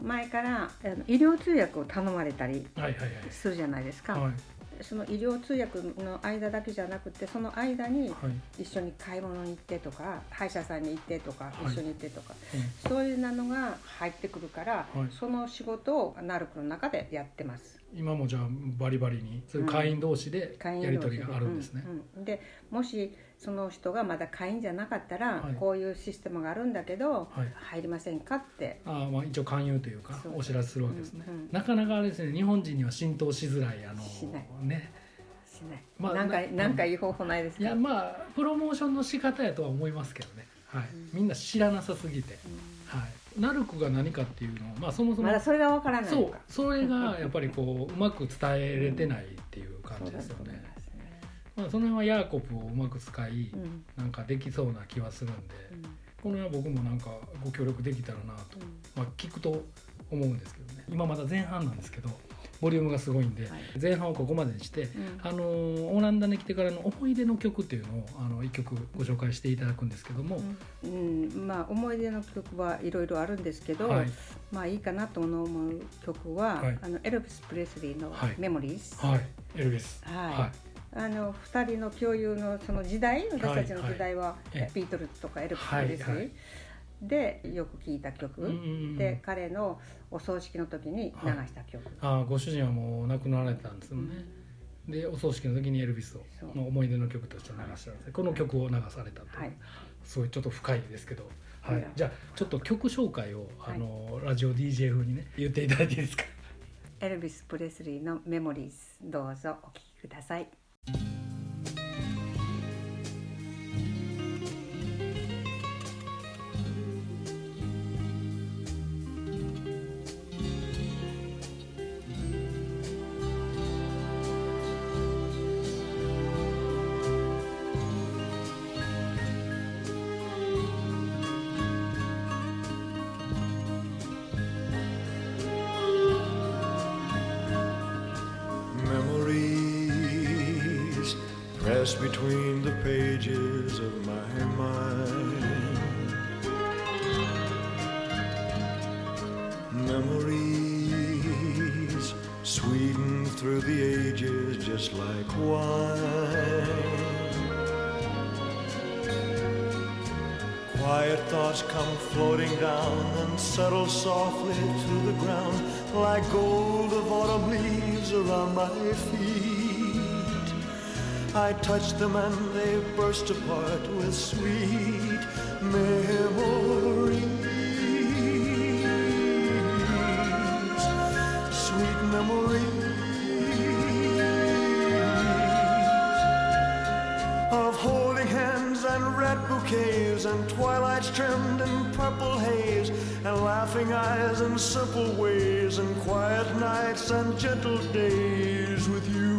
前からあの医療通訳を頼まれたりはいはいはいするじゃないですか、はいはいその医療通訳の間だけじゃなくてその間にはい一緒に買い物に行ってとか歯医者さんに行ってとか、はい一緒に行ってとかうんそういうなのが入ってくるから、はいその仕事をナルクの中でやってます今もじゃあバリバリにそういう会員同士で会員やり取りがあるんですね同士でうんうんでもしその人がまだ会員じゃなかったら、はいこういうシステムがあるんだけど、はい入りませんかってあーまあ一応勧誘というかそうお知らせするわけですねうんうんなかなかあれですね日本人には浸透しづらいあのしないねしない、まあなんかななんかいい方法ないですいかやまあプロモーションの仕方やとは思いますけどね、はいみんな知らなさすぎて、はい、ナルクが何かっていうのを、まあ、そもそもまだそれがわからないそのうかそれがやっぱりこううまく伝えれてないっていう感じですよそうだと思いねま、すねまあ、その辺はヤーコプをうまく使い、うんなんかできそうな気はするんで、うんこの辺は僕もなんかご協力できたらなと、うんまあ、聞くと思うんですけどね今まだ前半なんですけどボリュームがすごいんで、はい前半をここまでにして、んあのーオランダに来てからの思い出の曲っていうのをあの1曲ご紹介していただくんですけども、うん、まあ思い出の曲はいろいろあるんですけど、はいまあいいかなと思う曲は、はいあのエルビス・プレスリーのはい「メモリーズ」はいエルビスはいはあの2人の共有のその時代私たちの時代は、いはいええビートルズとかエルビス・プレスリー、はいはいでよく聴いた曲、うんうんうんで彼のお葬式の時に流した曲、ああご主人はもう亡くなられたんですよね、でお葬式の時にエルビスをそうの思い出の曲として流したんですね、この曲を流されたという、はいすごいちょっと深いですけど、はいうんじゃあちょっと曲紹介をあの、ラジオ DJ 風にね言っていただいていいですかエルビス・プレスリーの「メモリーズ」どうぞお聴きください。 Memories press between the pages of my mind. Memories sweeten through the ages just like wine. Quiet thoughts come floating down and settle softly to the ground like gold of autumn leaves around my feet. I touch them and they burst apart with sweet memories. Sweet memories of holding hands and red bouquets and twilights trimmed in purple haze and laughing eyes and simple ways and quiet nights and gentle days with you.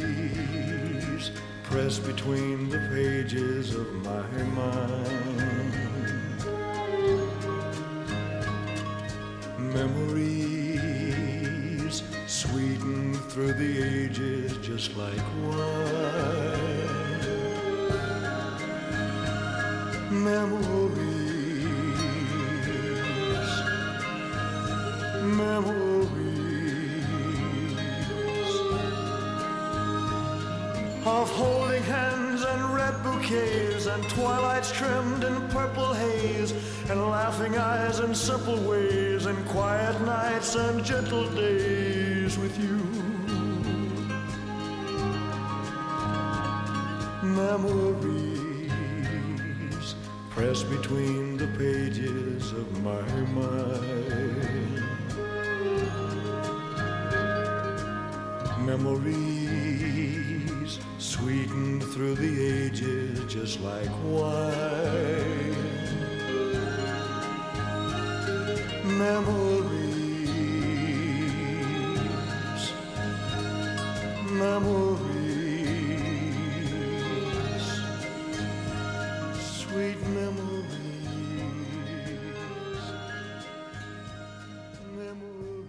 Memories press between the pages of my mind. Memories sweeten through the ages just like wine. Memories, memories of holding hands and red bouquets and twilights trimmed in purple haze and laughing eyes and simple ways and quiet nights and gentle days with you. memories press between the pages of my mind. Memories sweetened through the ages just like wine. Memories, memories, sweet memories, memories.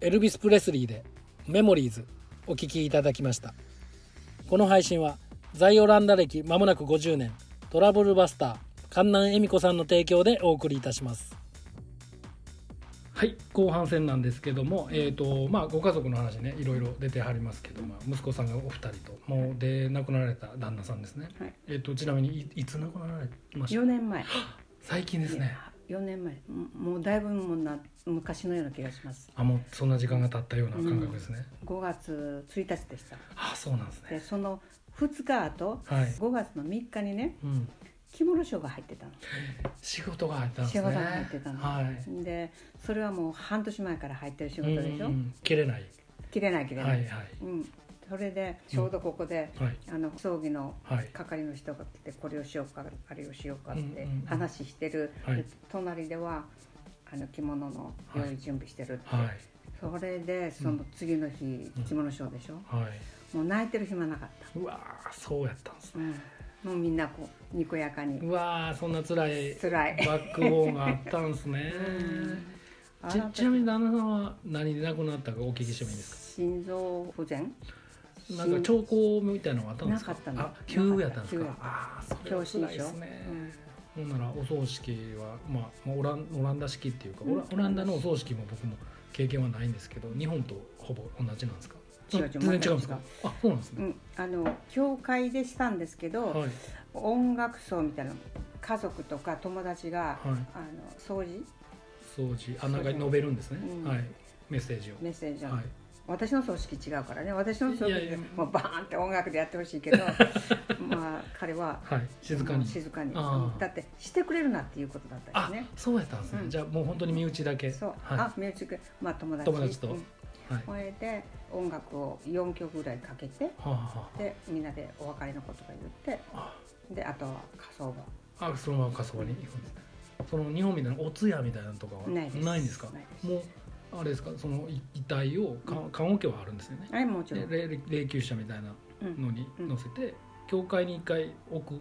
エルビス・プレスリーで「メモリーズ」お聴きいただきましたこの配信は在オランダ歴まもなく50年トラブルバスター観南恵美子さんの提供でお送りいたしますはい後半戦なんですけども、えーとまあ、ご家族の話ねいろいろ出てはりますけど、まあ、息子さんがお二人ともうで亡くなられた旦那さんですね、はいえー、とちなみにいいつ亡くなられまし4た年前最近ですね4年前うんもうだいぶもうな昔のような気がしますあもうそんな時間が経ったような感覚ですね、 5月1日でしたあそうなんですねでその2日後、はい5月の3日にねうん着物賞が入ってたの仕事が入ったんです仕ね事が入ってたの、はいでそれはもう半年前から入ってる仕う事んでしょ、うん切れない切れない切れはない、いはいうん、それでちょうどここで、はいあの葬儀のはい係の人が来てこれをしようかあれをしようかっうんうんてうん話してる、はいで隣ではあの着物の用意準備してるって、はいそれでその次の日、着物ショーでしょはいもう泣いてる暇なかっうわーそうやったんですた、うん、もうみんなこうにこやかにうわーそんな辛い辛いバックボーンがあったんですねあちの時ちなみに旦那さんは何で亡くなったかお聞きしてもいいです心臓不全かなんか兆候みたいなのがあったんですかなかったのあ急やったんです急かやったああーそれは教師辛いででしょすね、ほんならお葬式は、まあ、まあオランオランダ式っていうかオラオランダのお葬式も僕も経験はないんですけど日本とほぼ同じなんですか違う違うあ全然違うんですかあそうなんですうね、ん、あの教会でしたんですけど、はい音楽葬みたいな家族とか友達が、はいあの掃除掃除あなんか述べるんですね、うんはいメッセージをメッセージを、はい私の葬式違うからね私の葬式いやいやもうバーンって音楽でやってほしいけ (laughs) どまあ彼ははい静かに静かにあーだってしてくれるなっていうことだったありねそうやったんですね、うんじゃあもう本当に身内だけそう、はいあミュージックまあ友達友達とうんはいそれで音楽を4曲ぐらいかけてはあ、はでみんなでお別れのことが言ってあであとは火葬ああそのまま火葬に行くんですねその日本みたいなお通夜みたいなのとかは場ないですないんですかないですもうあれですかそのい遺体をか棺桶はあるんですよねあれもちろん、で霊霊柩車みたいなうん、のにうん乗せて教会に一回置くっ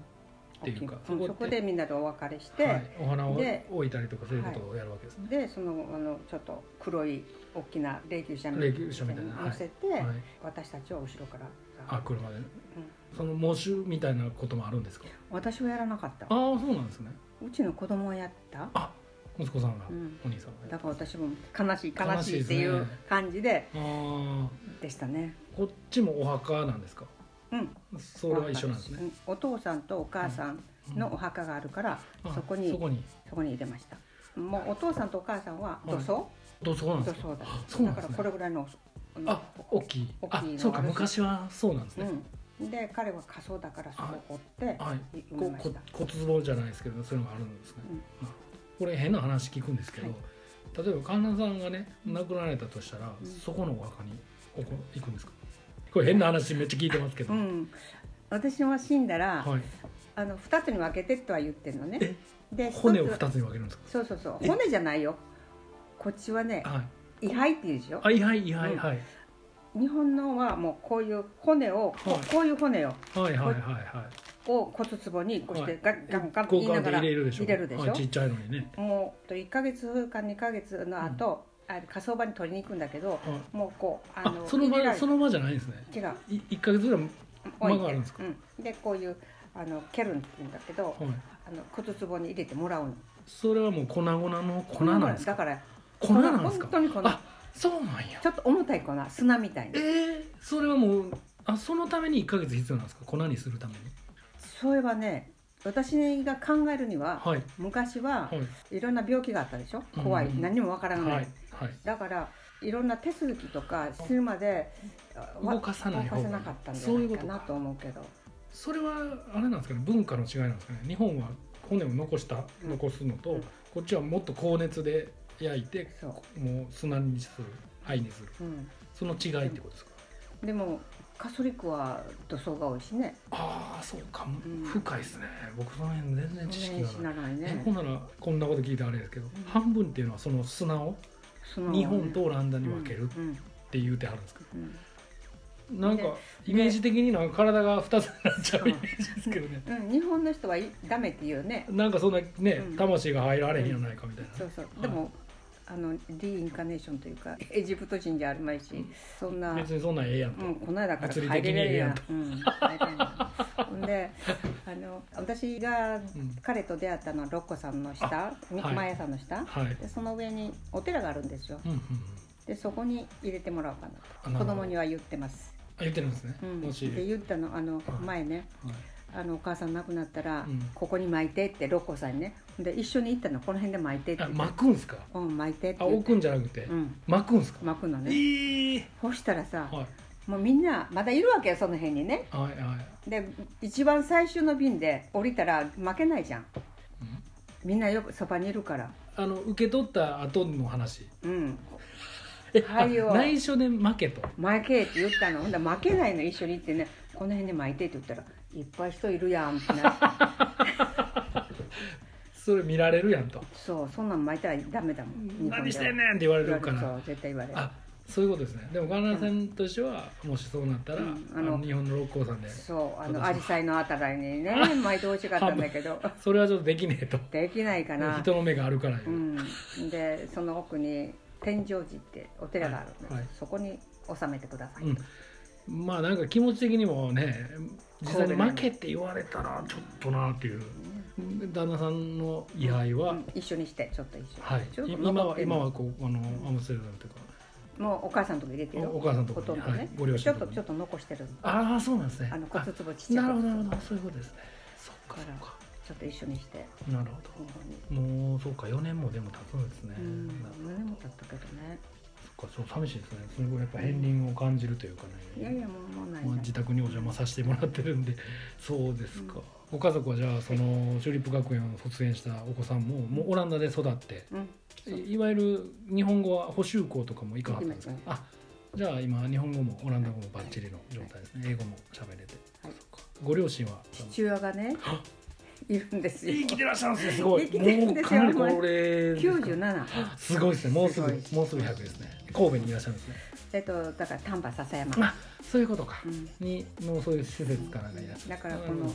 ていうかうんそこでみんなでお別れして、はい、お花をで置いたりとかそういうことをやるわけですね。でそのあのちょっと黒い大きな霊柩車みた霊いな柩車みたいなのに乗せて、はい、私たちは後ろからあ車で、その喪主みたいなこともあるんですか。私はやらなかったああそうなんですね。うちの子供はやったあ息子さんが、うんお兄さんが。だから私も悲しい悲しい悲しいっていですうね感じでああでしたねこっちもお墓なんですか。うんそれは一緒なんですね。うんお父さんとお母さんのお墓があるから、あそこにそこにそこに入れましたもうお父さんとお母さんは土葬、どそうなんで土すか。葬だあそうなだんかでらすこね。れぐらいのあ大きい。大きいあのがあるしそうか昔はそうなんですね。うん、で彼は仮装だからそこを追ってはい。埋めこましこた、骨壺じゃないですけどそういうのがあるんですね、うんまあこれ変な話聞くんですけど、は例えば神田さんがね亡くなられたとしたら、うんそこのお墓におこ行くんですかこれ変な話めっちゃ聞いてますけど、うん、私は死んだら、はい、あの2つに分けてとは言ってるのねで骨を一つは2つに分けるんですそうそうそう骨じゃないよこっちはねかはい位牌っていうでしょあいはいいはういんはい、日本のはもうこういう骨をこはいうこういう骨をはいはいはいを骨壺にこうしはていガンガンガはンいって交言いな換がでら入れるでしょ入れるでしょはい、ちっちゃいのにね、もうあと1か月か2か月の後、あの火葬場に取りに行くんだけどはい、もうこうああのその入れら場れその場じゃないんですね違うい1か月ぐらい置間いてがあるんですか、うん、でこういうあのケルンって言うんだけど、はい、あの骨壺に入れてもらうのそれはもう粉々の粉なんですかだから粉なんですか本当に粉あそうなんやちょっと重たい粉砂みたいえなー、それはもうあそのために1ヶ月必要なんですか粉にするためにそれはね私が考えるには、はい昔ははいいろんな病気があったでしょ怖い、うん何もわからない、はいはいだからいろんな手続きとかするまで動かさない方動かがさなかったんじゃないかなと思うけどそれはあれなんですかね文化の違いなんですかね日本は骨を残したうん残すのと、うんこっちはもっと高熱で焼いてそうもう砂にする灰にするうん、その違いってことですか、でもカソリックは土葬が多いしねああそうか、ん深いですね僕その辺全然知そ識んながにないえならないねほんならこんなこと聞いてあれですけど、ん半分っていうのはその砂をその日本とオランダに分けるっうんて言うてはるんですか、うんなんかイメージ的になんか体が2つになっちゃうイメージですけどね、うんうん、日本の人はいダメって言うよねなんかそんなねうん魂が入られへんやないかみたいな、そうそうでも、あのディインカネーションというかエジプト人じゃあるまいしそんな別にそんなんええやんと、うん、この間から物理入的れにれえるえややんんとと。うん入れれるやんほんであの私がん彼と出会ったのはロッコさんの下三はい熊屋さんの下、はい、でその上にお寺があるんですようんうんうん、でそこに入れてもらおうかあなな子るほど供には言ってます、あ言ってるんですね、うん、もし、で言ったのあのはい前ねはいあのお母さん亡くなったら、うんここに巻いてってロッコさんにねで一緒に行ったのこの辺で巻いてってあ言って巻くんすかうん巻いてってあ言っ置てくんじゃなくて、うん巻くんすか、巻くのねええそしたらさ、はいもうみんなまだいるわけよその辺にねはいはい、で一番最終の便で降りたら負けないじゃんうんみんなよくそばにいるからあの受け取った後の話うんえ、はいよあ内緒で負けと負けって言ったのほんで負けないの一緒に行ってねこの辺で巻いてって言ったらいっぱい人いるやんって (laughs) なってそれ見られるやんとそうそんなん巻いたらダメだもん日本では何してんねんって言われるかそらう絶対言われるあそういうことですねでもガーナ戦としては、もしそうなったら、うんああのの日本の六甲山でそうあの私も紫陽花のあたりに (laughs) ね巻いてほしかったんだけどそれはちょっとできねえとできないかな人の目があるから、うん、でその奥に天上寺ってお寺があるんです、はいはいそこに納めてくださいと、うんまあなんか気持ち的にもね実際に負けって言われたらちょっとなっていう旦那さんの位牌は、うん一緒にしてちょっと一緒に、はいちょっと今残っはてる今はこうあのアムステルダムというかもうお母さんとこ入れてるよおお母さんとこほにとんどね、はいご両親ちょっのととこにちょっと残してるああそうなんですねあの骨壺ちっちゃいなるほどなるほどそういうことですねそっかだそからっかちょっと一緒にして日なる本に、ほどもうそうか4年もでも経つんですねうんなるほど胸も立ったけどねそっかそう寂しいですねすごいやっぱ片鱗を感じるというかね、いやいやもうもうないまあ、自宅にお邪魔させてもらってるんで (laughs) そうですか、ご家族はじゃあそのチューリップ学園を卒園したお子さんももうオランダで育ってうんいいわゆる日本語は補習校とかも行かなかったんですか行きあじゃあ今日本語もオランダ語もバッチリの状態ですね、英語も喋れて、はそっいかご両親は父親がねあいるんですよ生きてらっしゃるんですねすごい生きてるんですよもうかなり高齢ですか97すごいですねもうすぐすごいもうすぐ100ですね神戸にいらっしゃるんですねえっとだから丹波篠山あそういうことか、うんにもうそういう施設からがいらっしゃるだからこの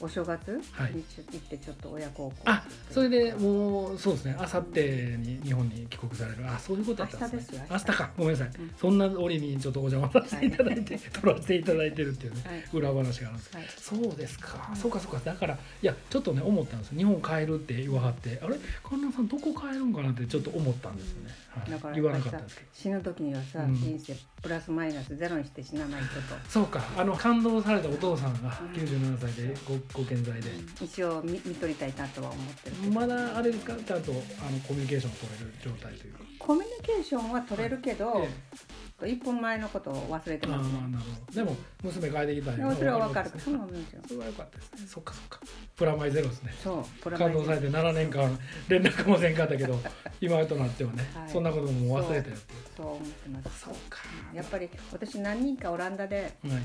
お正月はいにちょっと行ってちょっと親孝行あそれでうもうそうですねあさってに日本に帰国されるあそういうことだったんですね明明日日ですよかごめんなさい、うんそんな折にちょっとお邪魔させていただいて、撮らせていただいてるっていうね、はい裏話があるんです、はいそうですか、そうかそうかだからいやちょっとね思ったんですよ日本帰るって言わはってあれ神奈さんどこ帰るんかなってちょっと思ったんですよね、はいだから言わな明か日ったんですけど死ぬ時にはさ、うん人生プラスマイナスゼロにして死なないことそうかあの感動されたお父さんが97歳でごご健在で、 (laughs) 一応見見とりたいなとは思ってるけどまだあれですかちゃんとあのコミュニケーションを取れる状態というか。コミュニケーションは取れるけど、ええ一本前のことを忘れてああますねなるほどでも娘帰ってきたでもそれは分かるからそうなんですよそれは良かったですねそっかそっかプラマイゼロですねそうプラマイ感動されて7年間連絡もせんかったけ (laughs) ど今となってはね、はいそんなことももう忘れたよっていうそう思ってますそうかやっぱり私何人かオランダでり、はい、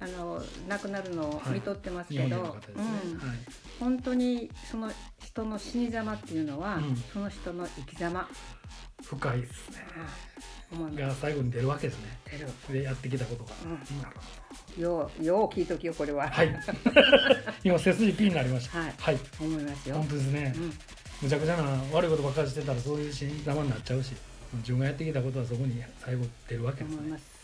あの亡くなるのを見とってます日け本ど、人の方ですね、うんはい本当にその人の死に様っていうのは、うんその人の生き様深いですね思ってが最後に出るわけですねるでやってきたことが、うんなるほどようよう聞いときよこれは、はい (laughs) 今背筋ピーになりましたはいはい、思いますよ本、当ですね、うん、むちゃくちゃな悪いことばっかりしてたらそういう死に様になっちゃうし自分がやってきたことはそこに最後出るわけです思いねます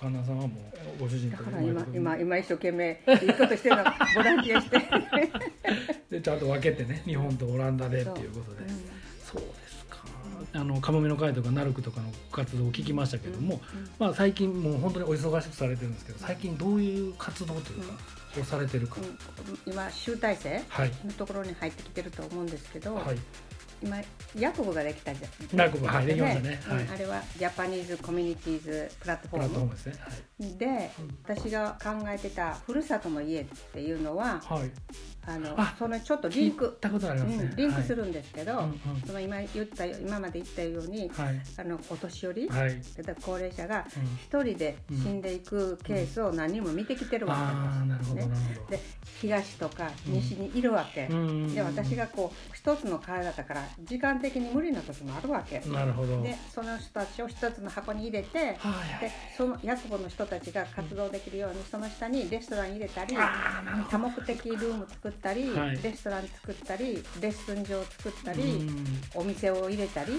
神田さんはもうご主人だとからうまい今こと今今一生懸命いいこと (laughs) してるのボランティアして、でちゃんと分けてね日本とオランダでっていうことでそうですかあのカモメの会とかナルクとかの活動を聞きましたけども、まあ、最近もう本当にお忙しくされてるんですけど最近どういう活動というか、をされてるか、うん今集大成はいのところに入ってきてると思うんですけど、はい今ヤコブができたじゃんヤコブはいできましたねうんはいあれはジャパニーズコミュニティーズプラットフプォラーットフォームムですねで私が考えてた「ふるさとの家」っていうのははい、はい、あのあそのちょっとリリンンククったことありますね、うん、リンクするんですけど、はいうんうんその今言ったよ今まで言ったように、はいあのお年寄り、はい、はい、だから高齢者がうん一人で死んでいくケースを何人も見てきてるわああけなでるすほどねな。るほで東とか西にいるわけ、ど、うんで私がこう一つの体だから時間的に無理な時もあるわけ、なるほどでその人たちを一つの箱に入れて、はいでそのヤクボの人たちが活動できるように、その下にレストラン入れたりあーなるほ多目的ルーム作ったり、はいレストラン作ったりレッスン場作ったどり、うんお店を入れたり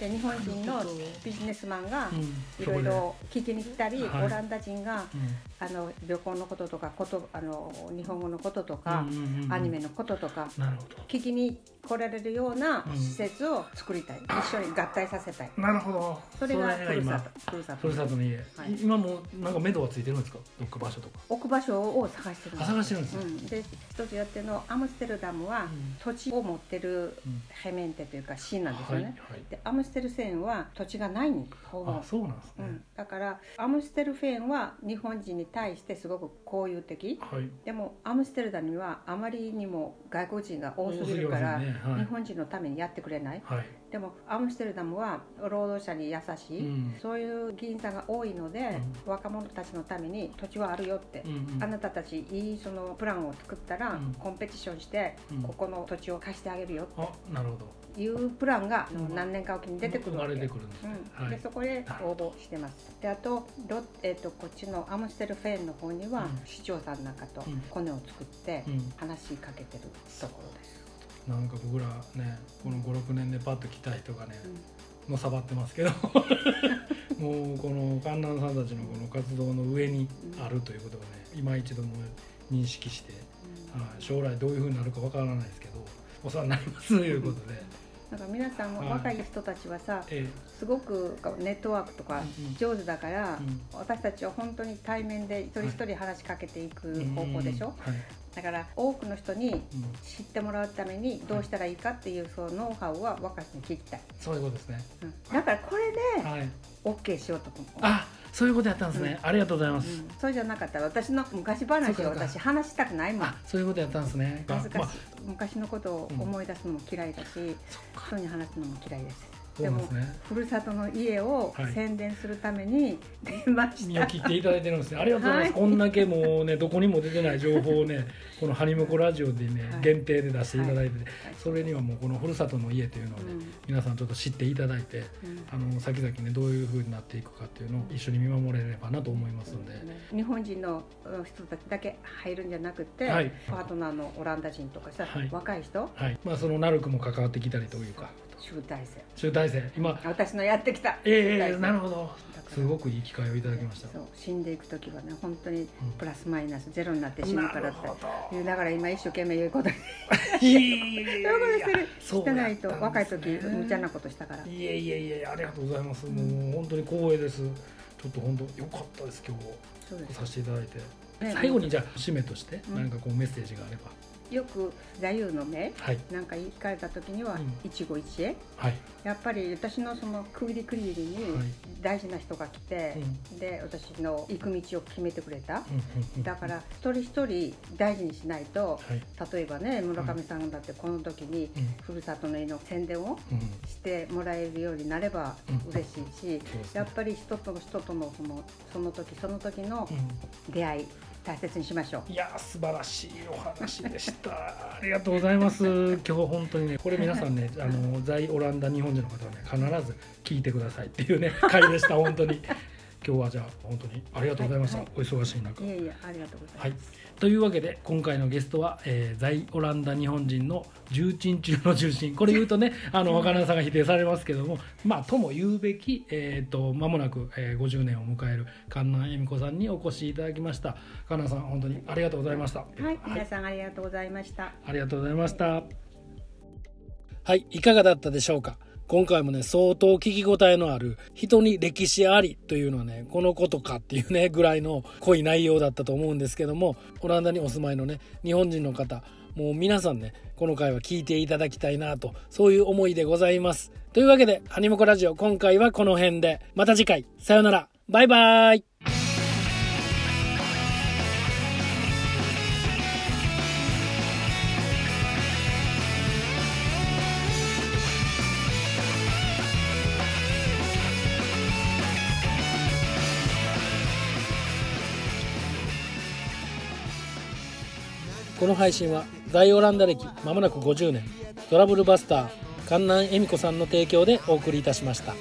で日本人のビジネスマンがいろいろ聞きに来たり、はいオランダ人がうあの旅行のこととかことあの日本語のこととかん、うんうんうんアニメのこととかなるほ聞きに来られるようなうん施設を作りたい、一緒に合体させたいどなるほどそれがそふれる今さとふるさふとるさとの家、はいい今もうなんか目処はついてるんですかどっか場所とか置く場所を探してるんあです探してるんですね、うん、で一つやってるのはアムステルダムはん土地を持ってるうんヘメンテというか市なんですよはいね、はいでアムステルフェーンは土地がないんほぼあそうなんですうね、ん、だからアムステルフェーンは日本人に対してすごく交友的はいでもアムステルダムにはあまりにも外国人が多すぎるから、多すぎますよねはい日本人のためにやってくれないはい、でもアムステルダムは労働者に優しい、うんそういう議員さんが多いので、若者たちのために土地はあるよって、うんうんあなたたちいいそのプランを作ったら、うんコンペティションして、うんここの土地を貸してあげるよあなるほどっていうプランが、うん何年かおきに出てくる生わまけれてくるんですね、うん、はでいそこで応募してますであとロッ、えー、とこっちのアムステルフェーンの方には、うん市長さんなんかとうんコネを作って、うん話しかけてるところです、なんか僕らねこの56年でパッと来た人がね、うんのさばってますけど (laughs) もうこの観覧さんたちのこの活動の上にあるということがね今一度もう認識して、はい将来どういうふうになるかわからないですけどお世話になりますということで、なんか皆さんはいも若い人たちはさえすごくネットワークとかうんうん上手だから、うん私たちは本当に対面で一人一人話しかけていくえ方法でしうょん、はいだから多くの人にうん知ってもらうためにどうしたらいいかっていうそのノウハウは若い人に聞きたい、そういうことですねうんだからこれではい OK しようと思うあそういうことやったんですね、ありがとうございます、うんそうじゃなかったら私の昔話を私話したくないもんあそういうことやったんですね恥ずかしいまあ、昔のことを思い出すのも嫌いだし、人に話すのも嫌いですそうなんですねふるさとの家をはい宣伝するた (laughs) めに出まし身た、を切っていただいてるんですね。ありがとうございます。はこんだけもうね、どこにも出てない情報をね、このハニムコラジオでね、はい限定で出していただいてて、いそれにはもうこのふるさとの家というのをね、うん皆さんちょっと知っていただいて、うんあの先々ね、どういう風になっていくかっていうのを一緒に見守れればなと思いますんで、日本人のうん人たちだけ入るんじゃなくて、はいパートナーのオランダ人とかさ、はい若い人はい。まあそのナルクも関わってきたりというか、集大成中大生今、私のやってきたえええ大え成なるほどだから、すごくいい機会をいただきました。そう死んでいく時はね本当にプラスマイナスゼロになって死ぬからって、いうだから今一生懸命言うことにいえいえいえいそそういうことするうしてないとやったん若いです時ね無茶なことしたからいえいえいえありがとうございます、もう本当に光栄ですちょっと本当良かったです今日そうですさせていただいて、ね最後にじゃあ締めとしてうん何かこうメッセージがあれば、よく座右の銘はいなんか言い換えた時にうはん一期一会はいやっぱり私のその区切り区切りにはい大事な人が来て、で私の行く道を決めてくれうた、んうんうんだから一人一人大事にしないと、はい例えばね村上さんだってこの時にうんふるさとの家の宣伝をうんしてもらえるようになればうん嬉しいし、そうですねやっぱり人と人とのそのその時その時のう出会い大切にしましょう。んいや素晴らしいお話でした (laughs) ありがとうございます今日本当にねこれ皆さ (laughs) んねあの在オランダ日本人の方はね必ず聞いてくださいっていうね回でした本当に今日はじゃあ本当にありがとうございました、はいお忙しい中いやいやありがとうござはいいます。、というわけで今回のゲストは、えー在オランダ日本人の重鎮中の重鎮これ言うとねあの若菜さんが否定されますけどもまあとも言うべき、えー、と間もなく、えー50年を迎える観南恵美子さんにお越しいただきました観南さん本当にありがとうございました。はい、皆さんありがとうございました。ありがとうございました。はい、いかがだったでしょうか今回もね、相当聞き応えのある、人に歴史ありというのはね、このことかっていうね、ぐらいの濃い内容だったと思うんですけども、オランダにお住まいのね、日本人の方、もう皆さんねこの回は聞いていただきたいなとそういう思いでございますというわけで「ハニモコラジオ」今回はこの辺でまた次回さよならバイバーイこの配信は大オランダ歴まもなく50年トラブルバスター観南恵美子さんの提供でお送りいたしました。